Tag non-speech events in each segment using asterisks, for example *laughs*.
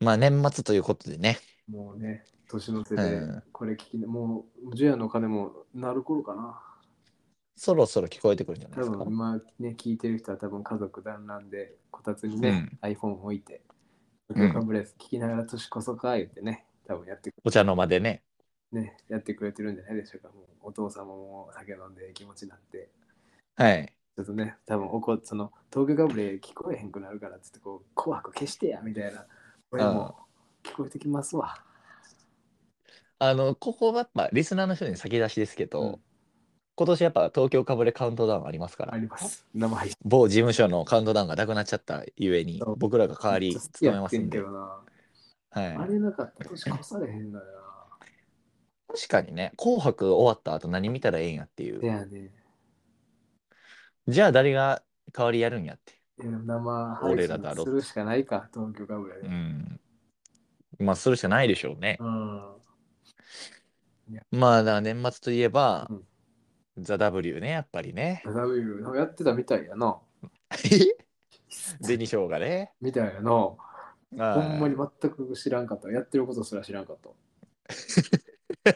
まあ年末ということでね。もうね、年の瀬うで、ん。これ聞きな、もう、ジュアの鐘もなる頃かな。そろそろ聞こえてくるんじゃないで多すか分。今ね、聞いてる人は多分家族団らんで、こたつにね、iPhone を置いて、んロカブレス聞きながら年こそか言ってね、多分やってくお茶の間でね。ね、やってくれてるんじゃないでしょうか。もうお父様も酒飲んで気持ちになって、はい。ちょっとね、多分怒っその東京ガブレ聞こえへんくなるからっつってこう、紅白消してやみたいな。俺も聞こえてきますわ。あの、ここはやっぱリスナーの人に先出しですけど、うん今年やっぱ東京かぶれカウントダウンありますからあ、ります。生配信。某事務所のカウントダウンがなくなっちゃったゆえにそう、僕らが代わり務めますんでめっちゃ好きやって。けどなはいあ。れなかったら年越されへんのよ確かにね、紅白終わった後何見たらええんやってい。な。いうやね。じゃあ誰が代わりやるんやって。でも生俺らだろするしかないか、東京ガブレうで。ん。まあ、それしかないでしょうね。うん。まあ、だから年末といえば、うんザ・ W ね、やっぱりね。 w なんかやってたみたいやな。 *laughs* 紅生姜ね。みたいやな。ほほんまに全く知らんかった。やってることすら知らんかった。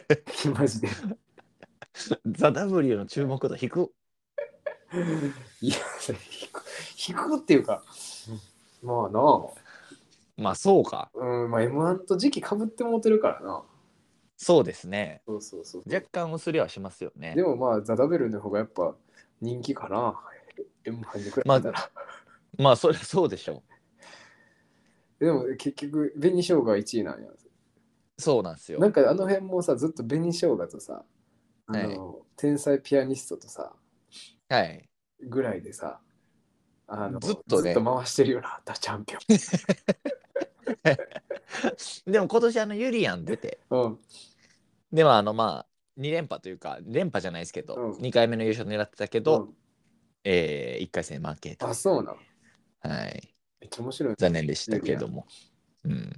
*laughs* マジで。ザ・ W の注目度低く。いや、引く引くっていうか、まあな、まあ、そうか。うん、まあ M1 と時期かぶってもうてるからな。そうですね。そうそうそう。若干薄れはしますよねで。もまあ、ザ・ダベルの方がやっぱ人気かな。M1 に比べたら。ままあ、そりゃそうでしょでも結局、紅生姜1位なんや。う。そうなんですよな。んかあの辺もさ、ずっと紅生姜とさ、あの、天才ピアニストとさ、はい。ぐらいでさ、あのずっとねずっと回してるよな、ダチャンピオン。でも今年、あの、ユリアン出て、 *laughs* うん、でも、あの、まあ、2連覇というか、連覇じゃないですけど、うん二2回目の優勝狙ってたけうど、んえ1回戦負けたあ、。そうなの。はい。めっちゃ面白いね。残念でしたけども。うん、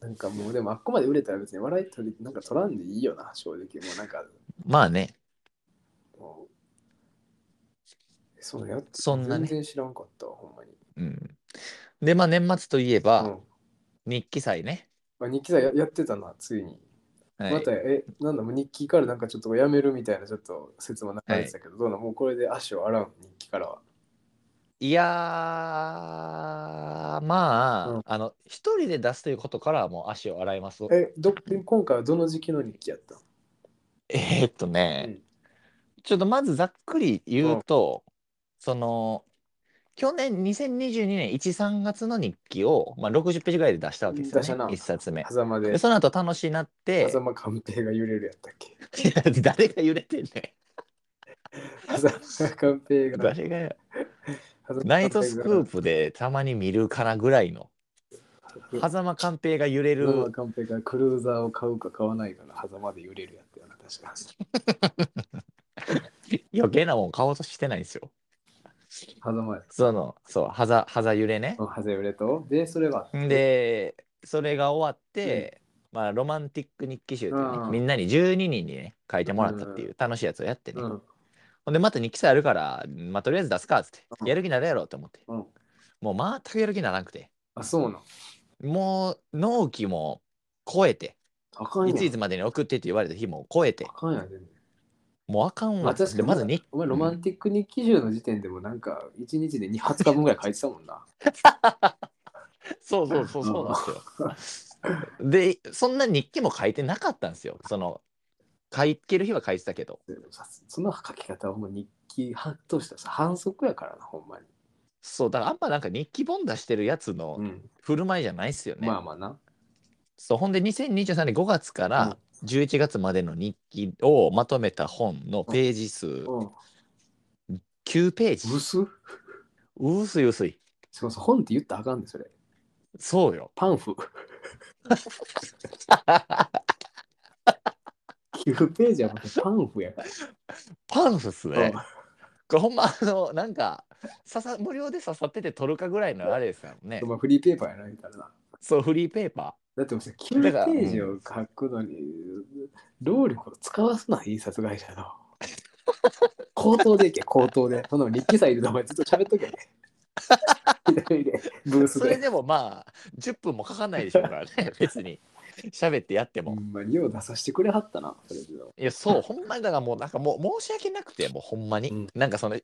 なんかもうでもあっこまで売れたら別に笑い取りなんか取らんでいいよな正直もうなんかまあね、もうそうやつそんな全ね。然知らんかったわほんまに、うん、で、まあ年末といえば、う日記祭ね。ん、あ日記さややってたなついに、はい、またえなんだもう日記からなんかちょっとやめるみたいなちょっと説も流れてたけど、どうなんもうこれで足を洗う日記からはいやー、まあ、うんあの、一人で出すということからはもう足を洗います。えど今回はどの時期の日記やったえーっとね、うんちょっとまずざっくり言うと、その、去年2022年1、3月の日記を、まあ、60ページぐらいで出したわけですよ出したなね。1冊目。狭間で、でその後楽しいなって、狭間寛平が揺れるやったっけいや *laughs* 誰が揺れてんねん。狭間寛平 *laughs* が誰が狭間寛平がナイトスクープでたまに見るかなぐらいの狭間寛平が揺れママるカンペがクルーザーを買うか買わないかの狭間で揺れるやつやな、確か余計なもん買おうとしてないんですよ。狭間で。そのそう狭狭揺れね。ハゼ揺れと、で、それは。でそれが終わって、まあ、ロマンティック日記集っていうねうんみんなに12人にね書いてもらったっていう楽しいやつをやってね。うん、ほんでまた日記さえあるから、まあ、とりあえず出すかっつってうんやる気なるやろうと思ってうん。もう全くやる気ならなくてあ、そうなん。もう納期も超えてあかんやいん。ついつまでに送ってって言われた日も超えてあかんやん。全然もうあかんまわあ、確でかまず日お前、ロマンティック日記集の時点でもなんか、1日で2 20日分ぐらい書いてたもん *laughs* な。そうそうそうそうなんですよ。でそんな日記も書いてなかったんですよ。その書いてる日は書いてたけどでもさその書き方はもう日記半としたらさ反則やからな、ほんまに。そうだからあんまなんか日記本出してるやつのうん。振る舞いじゃないっすよね。まあまあな。そうほんで2023年5月から11月までの日記をまとめた本のページ数うん。 9ページブス薄い薄いしかもさ本って言ったらあかんで、それ。そうよパン *laughs* フ。9ページはもうパンフやから。パンフっすねうん。これほんまあのなんか刺さ無料で刺さってて取るかぐらいのあれですからねお。前フリーペーパーやないからな。そうフリーペーパだってもうさ、9ペだからージを書くのに、労力を使わすな、印刷会社 *laughs* *laughs* の。口頭でいけ、口頭で。その日記さえいるとお前ずっと喋っとけ。左で、ブースそれで。でもまあ、10分もかかんないでしょうからね、 *laughs* 別に。喋ってやってほも。んまによう出させてくれはったな、それでもいや、そう、ほんまに、だからもう、なんかもう、申し訳なくて、もうほんまに。うんなんかその、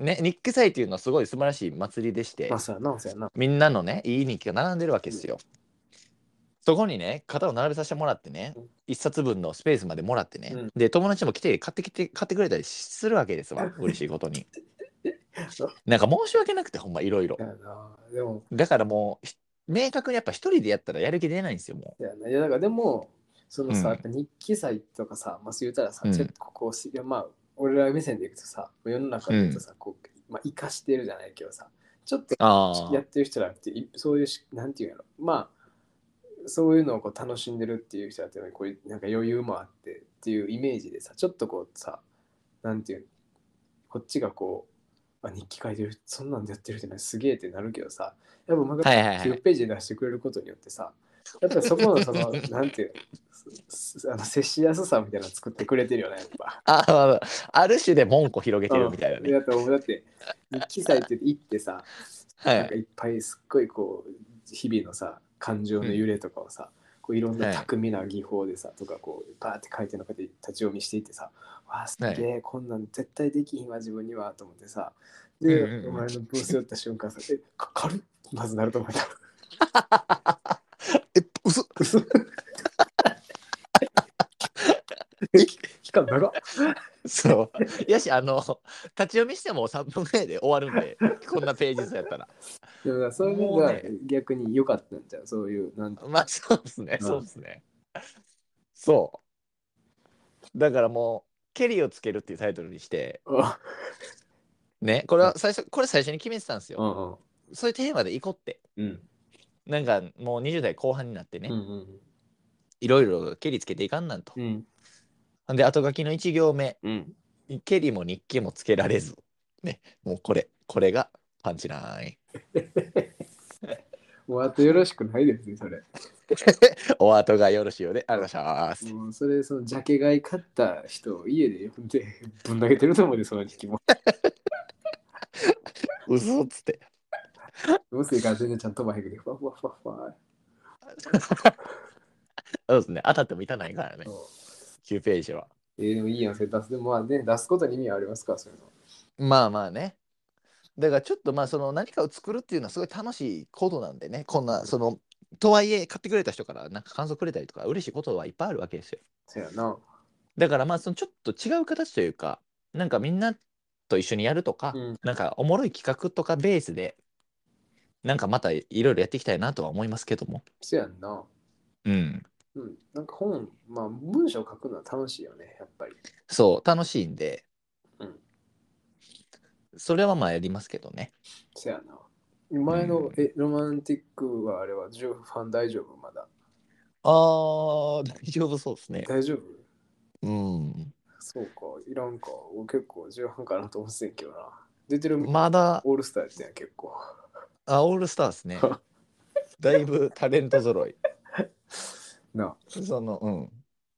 ね、日記祭っていうのはすごい素晴らしい祭りでしてまあ、、そうやな、そうやな。みんなのね、いい日記が並んでるわけですよ。そこにね、型を並べさせてもらってねうん、一冊分のスペースまでもらってね、うんで、友達も来て、買ってきて、買ってくれたりするわけですわ、嬉しいことに *laughs* そう。なんか申し訳なくて、ほんま、いろいろそ。うやな。でも、だからもうひ明確にやっぱ一人でやったらやる気出ないんですよもいやないやだからでもそのさ、うんやっぱ日記祭とかさ、まあ、そう言ったらさ、うんちょっとここしいやまあ俺ら目線でいくとさ世の中で言うとさ、こうまあ生かしてるじゃないけどさちょっとうあやってる人らっていそういうしなんていうのまあそういうのをこう楽しんでるっていう人だってこういうなんか余裕もあってっていうイメージでさちょっとこうさなんていうのこっちがこうあ日記書いてるそんなんでやってる人ねすげえってなるけどさやっぱマガはいはいはい10ページで出してくれることによってさやっぱりそこのそ *laughs* のなんていうのあの接しやすさみたいなの作ってくれてるよねやっぱ。ああある種で門戸広げてるみたいなうんねやだってだって日記祭って行ってさはなんかいいっぱいすっごいこう日々のさ感情の揺れとかをさ、こういろんなはい巧みな技法でさ、とかこうバーって書いてる中で立ち読みしていってさ「わあすげえ、こんなん絶対できひんわ自分には」と思ってさで、うんうんうんお前のブース寄った瞬間さ「えか軽っ!」まずなると *laughs* 思った。え嘘嘘 *laughs* 期間長っそう *laughs* やしあの立ち読みしても3分ぐらいで終わるんでこんなページ数やったら *laughs* でもなそういうのもうがね逆に良かったんじゃんそういうなんてまあそうですねうんそうですねそうだからもう「ケリをつける」 *laughs* っていうタイトルにしてあねこれは最初これ最初に決めてたんですうよんうんそういうテーマで行こうってうんなんかもう20代後半になってね、うんうんいろいろケリつけていかんなんとうんで後書きの1行目うんケリも日記もつけられず、ね、もうこれこれがパンチラインもうあとよろしくないですねそれお後がよろしいようでありがとうございますもうそれそのジャケ買い買った人を家で呼 *laughs* んでぶん投げてると思うでその時期も嘘っつってどうせから全然ちゃんと飛ばへんけどふわふわふわふわそうですね当たってもいたないからねそう9ページはえー、でもいいやんそれ出すでもまあね出すことに意味はありますからそういうのまあまあねだからちょっとまあその何かを作るっていうのはすごい楽しいことなんでねこんなそのとはいえ買ってくれた人からなんか感想くれたりとか嬉しいことはいっぱいあるわけですよそうやなだからまあそのちょっと違う形というかなんかみんなと一緒にやるとか、うんなんかおもろい企画とかベースでなんかまたいろいろやっていきたいなとは思いますけどもそうやんなうんうんなんか本まあ文章書くのは楽しいよねやっぱりそう楽しいんで、うんそれはまあやりますけどねそうやな前の、うんえロマンティックはあれは10番大丈夫まだあー大丈夫そうですね大丈夫うんそうかいらんか俺結構10番かなと思ってんけどな出てるまだオールスターやったんや結構あオールスターです *laughs* ねだいぶタレント揃い *laughs* なそのうん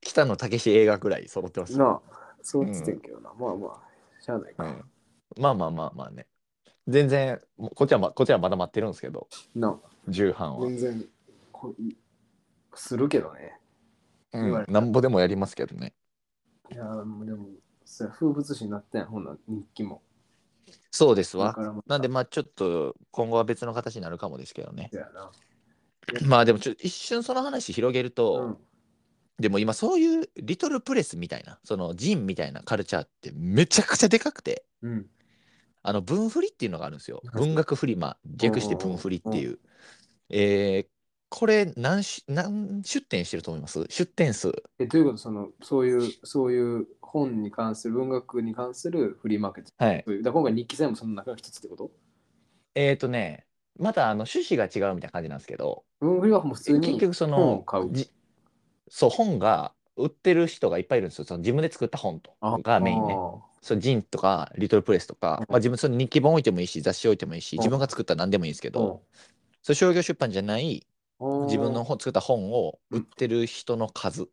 北野武史映画ぐらい揃ってますあなあそう言ってたんやけどな、まあまあしゃあないか、うんまあまあまあまあね。全然、もうこっちはま、こっちはまだ待ってるんですけど、な重版あは。全然こういするけどねう言われん、たなんぼでもやりますけどね。いやーもうでもそりゃ風物詩になったんやほんなら日記もそうですだわ。からまたなんで、まあちょっと今後は別の形になるかもですけどね。そうやなまあでもちょっと一瞬その話広げると、うんでも今そういうリトルプレスみたいな、そのジンみたいなカルチャーってめちゃくちゃでかくて、うんあの文振りっていうのがあるんですよ。はい文学フリマ、略して文振りっていう。えーこれ何し何出店してると思います出店数。えどういうことそのそういうそういう本に関する文学に関するフリーマーケットはい。というだから今回日記祭もその中の一つってことえー、とね、またあの趣旨が違うみたいな感じなんですけど、文振りはもう普通に結局そ本をの、買うじそう、本が売ってる人がいっぱいいるんですよ。その自分で作った本とあがメインね。そのジンとか、リトルプレスとか、まあ、自分その日記本置いてもいいし、雑誌置いてもいいし、うん自分が作ったら何でもいいんですけあーど、そう商業出版じゃないうん自分の本作った本を売ってる人の数、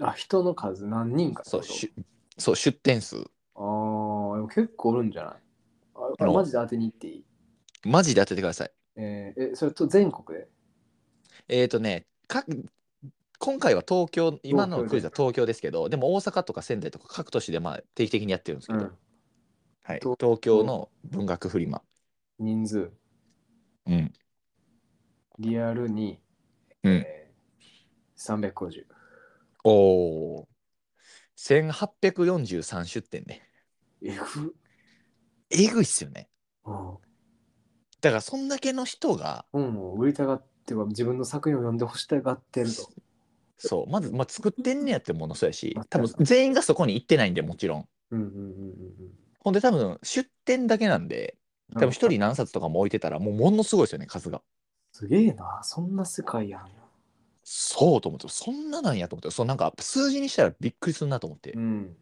あ人の数何人かってそこうとしゅそう出店数。ああ、でも結構おるんじゃないあ、のマジで当てに行っていいマジで当ててください。えーえそれと全国でえっ、とねか今回は東京今のクイズは東京ですけどでも大阪とか仙台とか各都市でまあ定期的にやってるんですけど、うんはい、東東京の文学フリマ、人数うん、リアルに、うんえー、350おお1843出店ねえぐえぐいっすよねうんだからそんだけの人が本を売りたがっては自分の作品を読んでほしたがってると。そうまず、まあ、作ってんねやってものそうやしまあ多分全員がそこに行ってないんでもちろんうんうんうんうんほんで多分出店だけなんでうん。多分一人何冊とかも置いてたらもうものすごいですよね数が。すげえな、そんな世界やん。そうと思ってそんななんやと思ってそうなんか数字にしたらびっくりするなと思って、うん。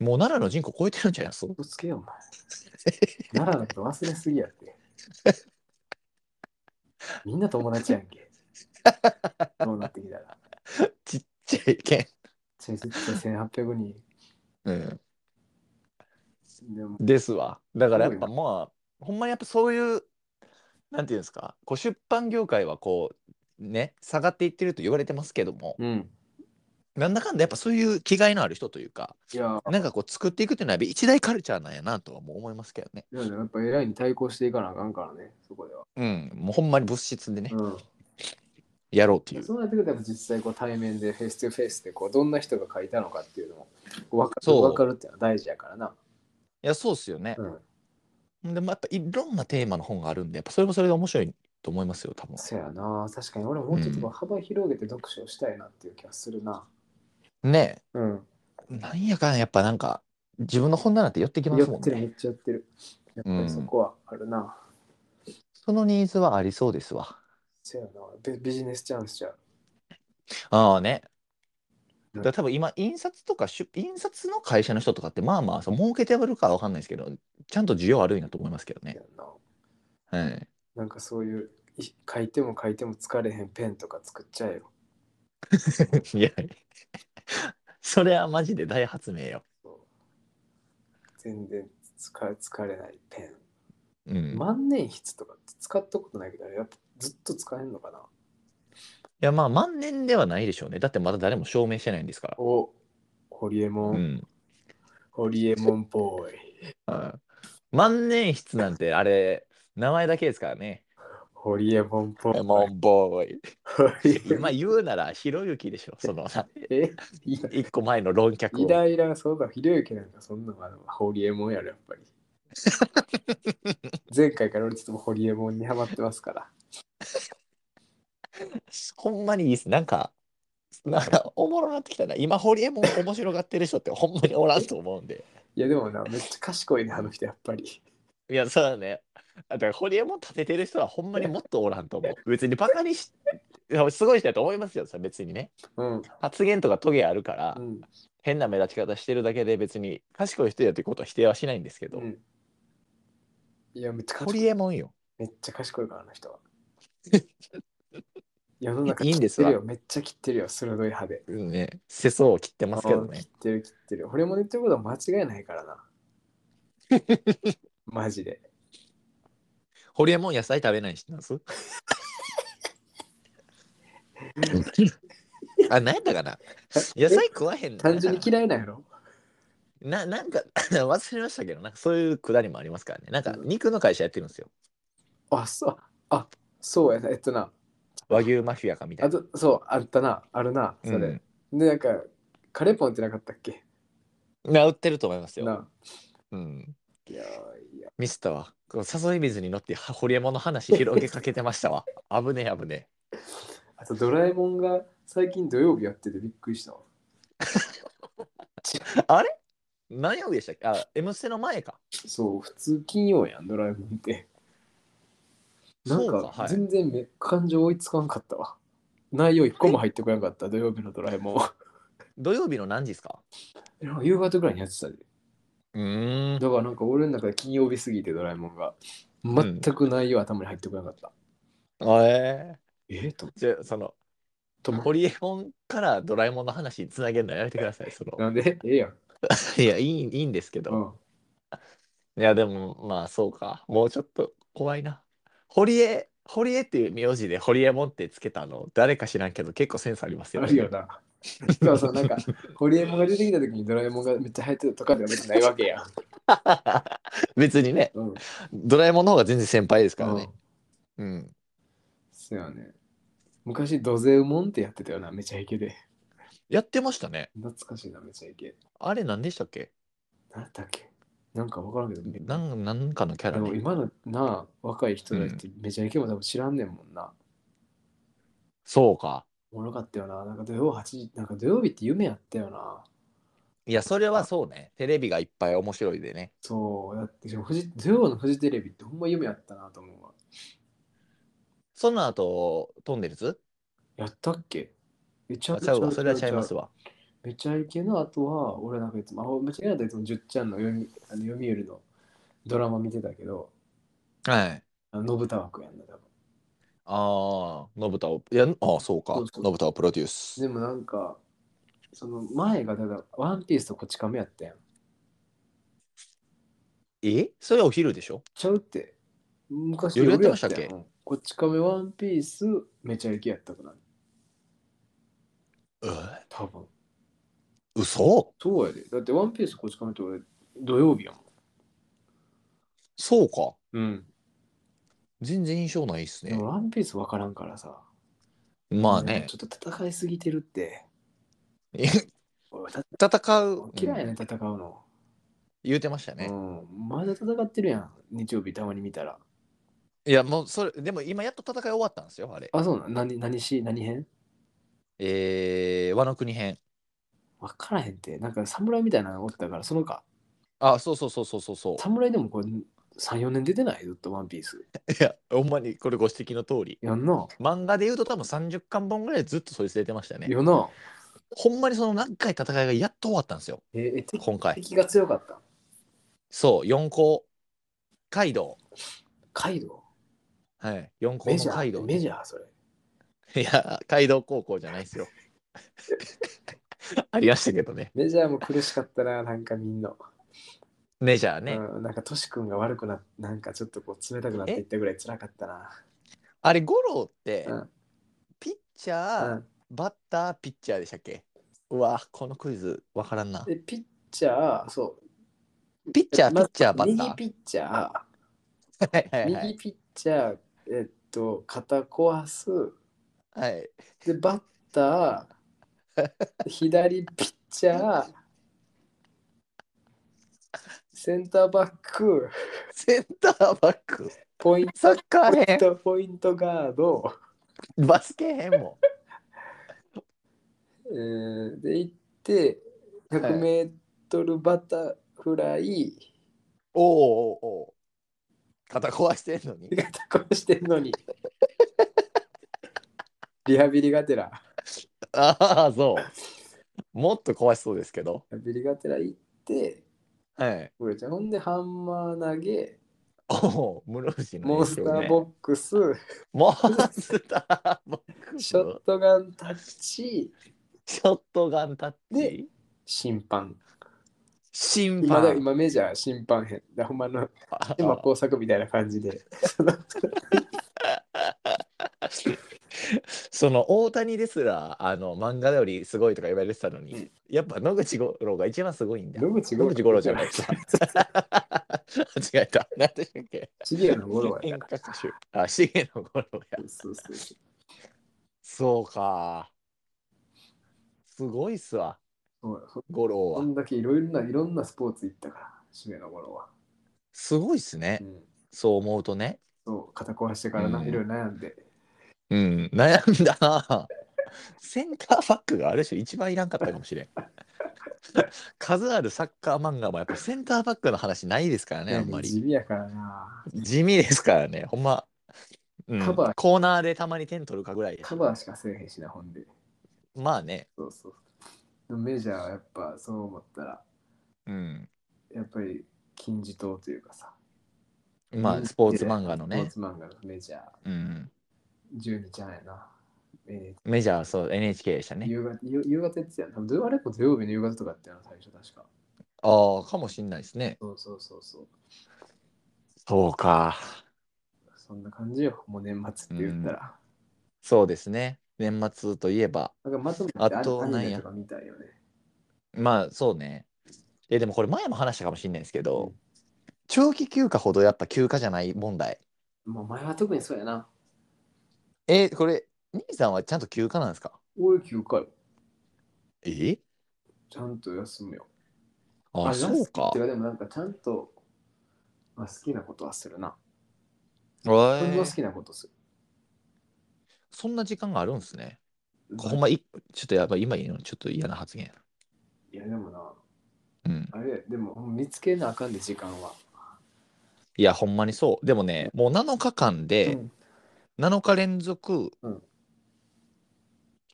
もう奈良の人口超えてるんじゃないですか嘘つけよ、お前。奈良だと忘れすぎや *laughs* って。みんな友達やんけ。どうなってきたら。ちっちゃい県、チェイスって1800人。うん、でも、ですわだからやっぱすまあほんまにやっぱそういうなんていうんですかこう出版業界はこうね下がっていってると言われてますけども、うん。なんだかんだやっぱそういう気概のある人というかいや、なんかこう作っていくっていうのは一大カルチャーなんやなとはもう思いますけどねいややっぱ偉いに対抗していかなあかんからね、そこでは。うんもうほんまに物質でね、うん。やろうっていうそうなってくるとやっぱ実際こう対面でフェイス2フェイスでこうどんな人が書いたのかっていうのも分かるそう分かるっていうのは大事やからな。いやそうっすよねう、ん。でもやっぱいろんなテーマの本があるんでやっぱそれもそれで面白いと思いますよ多分そやな。確かに俺もうちょっとこう幅広げて読書をしたいなっていう気がするな。ねうん。えなんやかんややっぱなんか自分の本棚って寄ってきまやすもっんてるめねっちゃやってる。やっぱりそこはあるな。そのニーズはありそうですわそやなビ。ビジネスチャンスじゃう。ああねうんだから多分今印刷とか出印刷の会社の人とかってまあまあそう儲けてはるかは分かんないですけどちゃんと需要あるんやと思いますけどそねやな。はいなんかそういうい書いても書いても疲れへんペンとか作っちゃえよ。 *laughs* いや、それはマジで大発明よ。全然疲れ疲れないペン。うん。い万年筆とかって使ったことないけど、やっぱずっと使えんのかな。や、まあ、万年ではないでしょうね。だってまだ誰も証明してないんですから。おホリエモうン、ん。ホリエモンっぽい。うん万年筆なんて、あれ、名前だけですから *laughs* ね。ホリエモンっぽい。モンボーホリエイ。モまあ、ン言うなら、ひろゆきでしょ。その、 *laughs* えい一個前の論客イを。ライラ、そうだ、ひろゆきなんかそんなのあのホリエモンやろ、やっ *laughs* ぱり。前回から俺ちょっとホリエモンにハマってますから。ほんまにいいっす。なんか、なんか、おもろなってきたな。今、ホリエモン面白がってる人ってほんまにおらんと思うんで。いや、でもな、めっちゃ賢いね、あの人、やっぱり。いや、そうだね。だから、ホリエモン立ててる人はほんまにもっとおらんと思う。別にバカにし、いやすごい人だと思いますよ、さ別にね。うん。発言とかトゲあるから、うん。変な目立ち方してるだけで別に賢い人やということは否定はしないんですけど、うん、いや、めっちゃホ賢い。リエモンよ。めっちゃ賢いから、あ *laughs* の人は。世の中いいん切でっすてわるよ、めっちゃ切ってるよ、鋭い歯で。うんね、世相を切ってますけどね切。ってる切ってる。俺も言ってることは間違いないか *laughs* らな。マジで。ホリエモン野菜食べないしなんす *laughs* あ、なんやったかな野菜食わへんの単純に嫌いなんやろななんか *laughs* 忘れましたけどなんかそういうくだりもありますからねなんか肉の会社やってるんですよあ、そう、あ、そうやな。えっとな。和牛マフィアかみたあいなと、そう、あったな。あるな。それ。うんで、なんか、カレーポンってなかったっけな売ってると思いますよ、な。うん、いやーいや。ミスターはこう誘い水に乗ってはホリエモンの話広げかけてましたわ *laughs* 危ねえ危ねあと、ドラえもんが最近土曜日やっててびっくりしたわ。えあれ何曜日でしたっけあ M ステの前かそう、普通金曜やん、ドラえもんって。なんそうかか、はい全然め、感情追いつかんかったわ。内容一個も入ってこなかった、土曜日のドラえもんは。土曜日の何時ですかで *laughs* も夕方ぐらいにやってたで。うーんだからなんか俺の中で金曜日すぎてドラえもんが全く内容頭に入ってこなかった。えええー、とじゃあそのとホリエモンからドラえもんの話につなげるのやめてくださいそのなんでええやん。 *laughs* いやいいいいんですけうどん、いやでもまあそうかもうちょっと怖いな。堀江、堀江っていう名字で堀江門ってつけたの、誰か知らんけど、結構センスありますよあね。るよな。そうそう、 *laughs* なんか、ホリエモンが出てきた時にドラえもんがめっちゃ流行ってたとかでは別にないわけや。別にね、うん。ドラえもんの方が全然先輩ですからうんね。うん。そうやね。昔、ドゼウモンってやってたよな、めちゃイケで。やってましたね。懐かしいな、めちゃイケ。あれ何でしたっけなんだっけなんかわからんけど、なんなんかのキャでラもね。今のな、若い人だってめちゃイケも多分知らんねんもんな。そうか。おもろかったよな。なんか土曜8時、なんか土曜日って夢やったよな。いや、それはそうね。テレビがいっぱい面白いでね。そう、だってフジ土曜のフジテレビってほんま夢やったなと思うわ。その後、トンネルズやったっけめちあちゃうわ。それはちゃいますわ。めちゃイケの後は、俺なんかいつも、あめちゃイケの後いつもじゅっちゃんの読みあの読売のドラマ見てたけど、はい。あのぶた枠やんな、多分。ああ、信太を、いや、ああ、そうか。そうそう信太をプロデュース。でもなんか、その前がただ、ワンピースとこち亀やったやん。えそれはお昼でしょちゃうって。昔夜やってましたっけ夜ややんうんこち亀ワンピースめちゃイケやったかな。え多分。嘘そうやで。だってワンピースこち亀って俺土曜日やもん。そうか。うん。全然印象ないっすでねも。ワンピースわからんからさ。まあね。ちょっと戦いすぎてるって。 *laughs* 戦俺たう。嫌いやうんね、戦うの。言うてましたねう。ん。まだ戦ってるやん。日曜日たまに見たら。いや、もうそれ、でも今やっと戦い終わったんですよ、あれ。あ、そうなん。何、何し、何編えー、和の国編。わからへんって。なんか侍みたいなのおったから、そのか。あ、そうそうそうそうそうそう。侍でもこれ3、4年出てないずっとワンピース。いや、ほんまにこれご指摘の通り。やんな。漫画で言うと多分30巻本ぐらいずっとそいつ出てましたね。やんな。ほんまにその何回戦いがやっと終わったんですよ、ええ敵今回。敵が強かった。そう、4校。カイドカイドウ。はい、4ウ校メのジャカイドーウ。メいジャーそれ。や、カイドウ高校じゃないですよ。 *laughs* ありましたけどね。メジャーも苦しかったな、なんかみんな。メジャーね。うん、なんかトシ君が悪くなっなんかちょっとこう冷たくなっていったぐらい辛かったな。あれ、ゴロって、うんピッチャー、うんバッター、ピッチャーでしたっけうわ、このクイズわからんな。で、ピッチャー、そう。ピッチャー、ピまずッチャー、バッタ右ピッチャー。 *laughs* はいはいー、はい右ピッチャー、えっと、肩壊す。はい。で、バッタ *laughs* ー、左ピッチャー、センターバック、センターバック、ポイン *laughs* サッカー編、ト、ポイントガード、バスケ編も。えーで、行って、は100いメートルバタフライ、おおおうおう。肩壊してんのに。肩壊してんのに。 *laughs* リハビリがてら、ああ、そう。もっと壊しそうですけど。リハビリがてら行って、はい。これじゃんほんで、ハンマー投げ、おお、室伏のモン影スタ響ね、ーボックス、モンスターボックス。ショットガンタッチ、ショットガンタッでチ。審判。審今だ判。今メジャー審判編。だほんまのあ今工作みたいな感じで。 *laughs* その大谷ですらあの漫画よりすごいとか言われてたのに、うんやっぱ野口五郎が一番すごいんだ。野口野口五郎じゃなないいです。 *laughs* 間違えた。何でしたっけ *laughs* ちげえの五郎や演か歌歌手。あ、シゲの五郎や。ら。そうそうそうそうか。すごいっすわ、そう五郎こは。んだけいろいろないろんなスポーツ行ったから、しめの頃は。すごいっすねう。ん、そう思うとね。そう、肩壊してからうなんいろいろ悩んで。うん、悩んだな。センターバックがあれでしょ、一番いらんかったかもしれん。 *laughs* 数あるサッカー漫画もやっぱセンターバックの話ないですからね、あんまり。地味やからな。地味ですからね、ほんま。うん、カバーコーナーでたまに点取るかぐらいでカバーしかせえへんしな、ほんで。まあね、そうそう。でもメジャーはやっぱそう思ったら、うん、やっぱり金字塔というかさ。まあスポーツ漫画のねス、ポーツ漫画のメジャーうん、 12ちゃんやな。えーメジャーそう NHK でしたね。夕方夕夕方やってたよ。多分土曜あれも土曜日の夕方とかやってな、最初確か。ああ、かもしんないですね。そうそうそうそう。そうか。そんな感じよ、もう年末って言ったら。そうですね。年末といえば、なんかまとめてああとアニなんメやとか見たいよね。まあそうね。え、でもこれ前も話したかもしれないですけど、うん長期休暇ほどやっぱ休暇じゃない問題。まあ、前は特にそうやな。えこれ、兄さんはちゃんと休暇なんですか俺休暇よ。えちゃんと休むよ。あ、そうかて。かでもなんかちゃんと、まあ、好きなことはするな。えー自分の好きなことする。そんな時間があるんですね。ほんま、いちょっとやっぱ今言うのちょっと嫌な発言。いやでもな、うん。あれ、でもほんま見つけなあかんで時間は。いや、ほんまにそう。でもね、もう7日間うで、ん7日連続うん、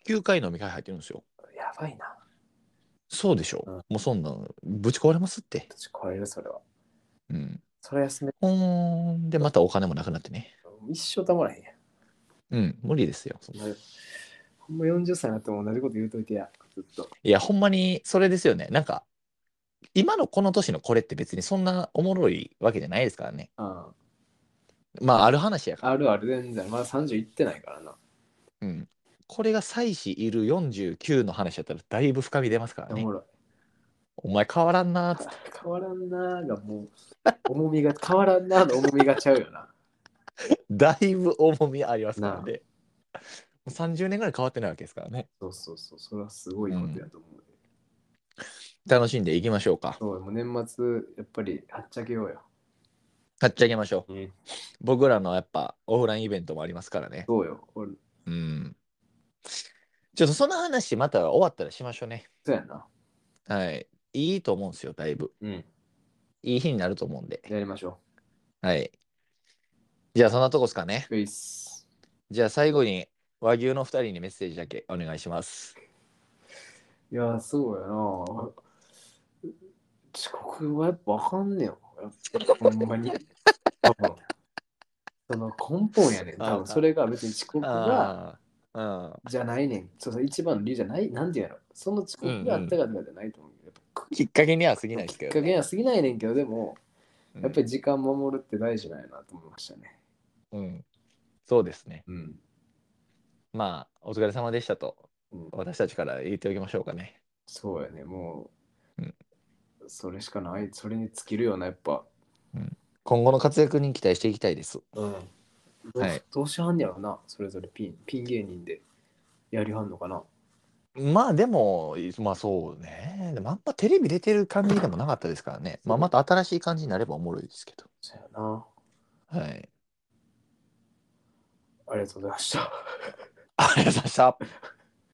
9回飲み会入ってるんですよ。やばいな。そうでしょ。うんもうそんなん、ぶち壊れますって。私超えるそれは。うん。それ休めほんで、またお金もなくなってね。一生たまらへんやんうん、無理ですよ。ほんまに。ほんま40歳になっても同じこと言うといてや、ずっと。いや、ほんまにそれですよね。なんか、今のこの年のこれって別にそんなおもろいわけじゃないですからね。あまあ、ある話やから。あるある全然、まだ30いってないからな。うん。これが妻子いる49の話だったらだいぶ深み出ますからおねも。ろい。お前変わらんなーっつって。変わらんなーがもう、重みが、変わらんなーの重みがちゃうよな。だいぶ重みありますからね。もう30年ぐらい変わってないわけですからね。そうそうそう、それはすごいことやと思う。楽しんでいきましょうか。そう、もう年末、やっぱり、はっちゃけようよ。買っちゃいけましょう。うん、僕らのやっぱオフラインイベントもありますからね。そうよ。俺、うん。ちょっとその話また終わったらしましょうね。そうやな。はい。いいと思うんですよ、だいぶ。うん。いい日になると思うんで。やりましょはい。じゃあそんなとこですかねう。。フェイス。じゃあ最後に和牛の2人にメッセージだけお願いします。いや、そうやな。遅刻はやっぱわかんねえよ。やっぱほんまに。 *laughs* 多分その根本やねん。多あー分それが別に遅刻がああ。うん。じゃないねん。そうそう、一番の理由じゃない。なんていうのその遅刻があったからとかじゃないと思うけど。やっぱきっかけには過ぎないですきけっど、かね。けは過ぎないねんけど、でも、うんやっぱり時間守るって大事なんやなと思いましたね。うん。そうですね。うん。まあ、お疲れ様でしたと、うん私たちから言っておきましょうかね。そうやね、もう、うんそれしかない、それに尽きるよな、やっぱ。今後の活躍に期待していきたいです。うん。どう,、はいどうしはんねやろな、それぞれピン、ピン芸人でやりはんのかな。まあ、でも、まあそうね。でもあんまテレビ出てる感じでもなかったですからね。まあ、また新しい感じになればおもろいですけど。そうやな。はい。ありがとうございました。ありがとうございました。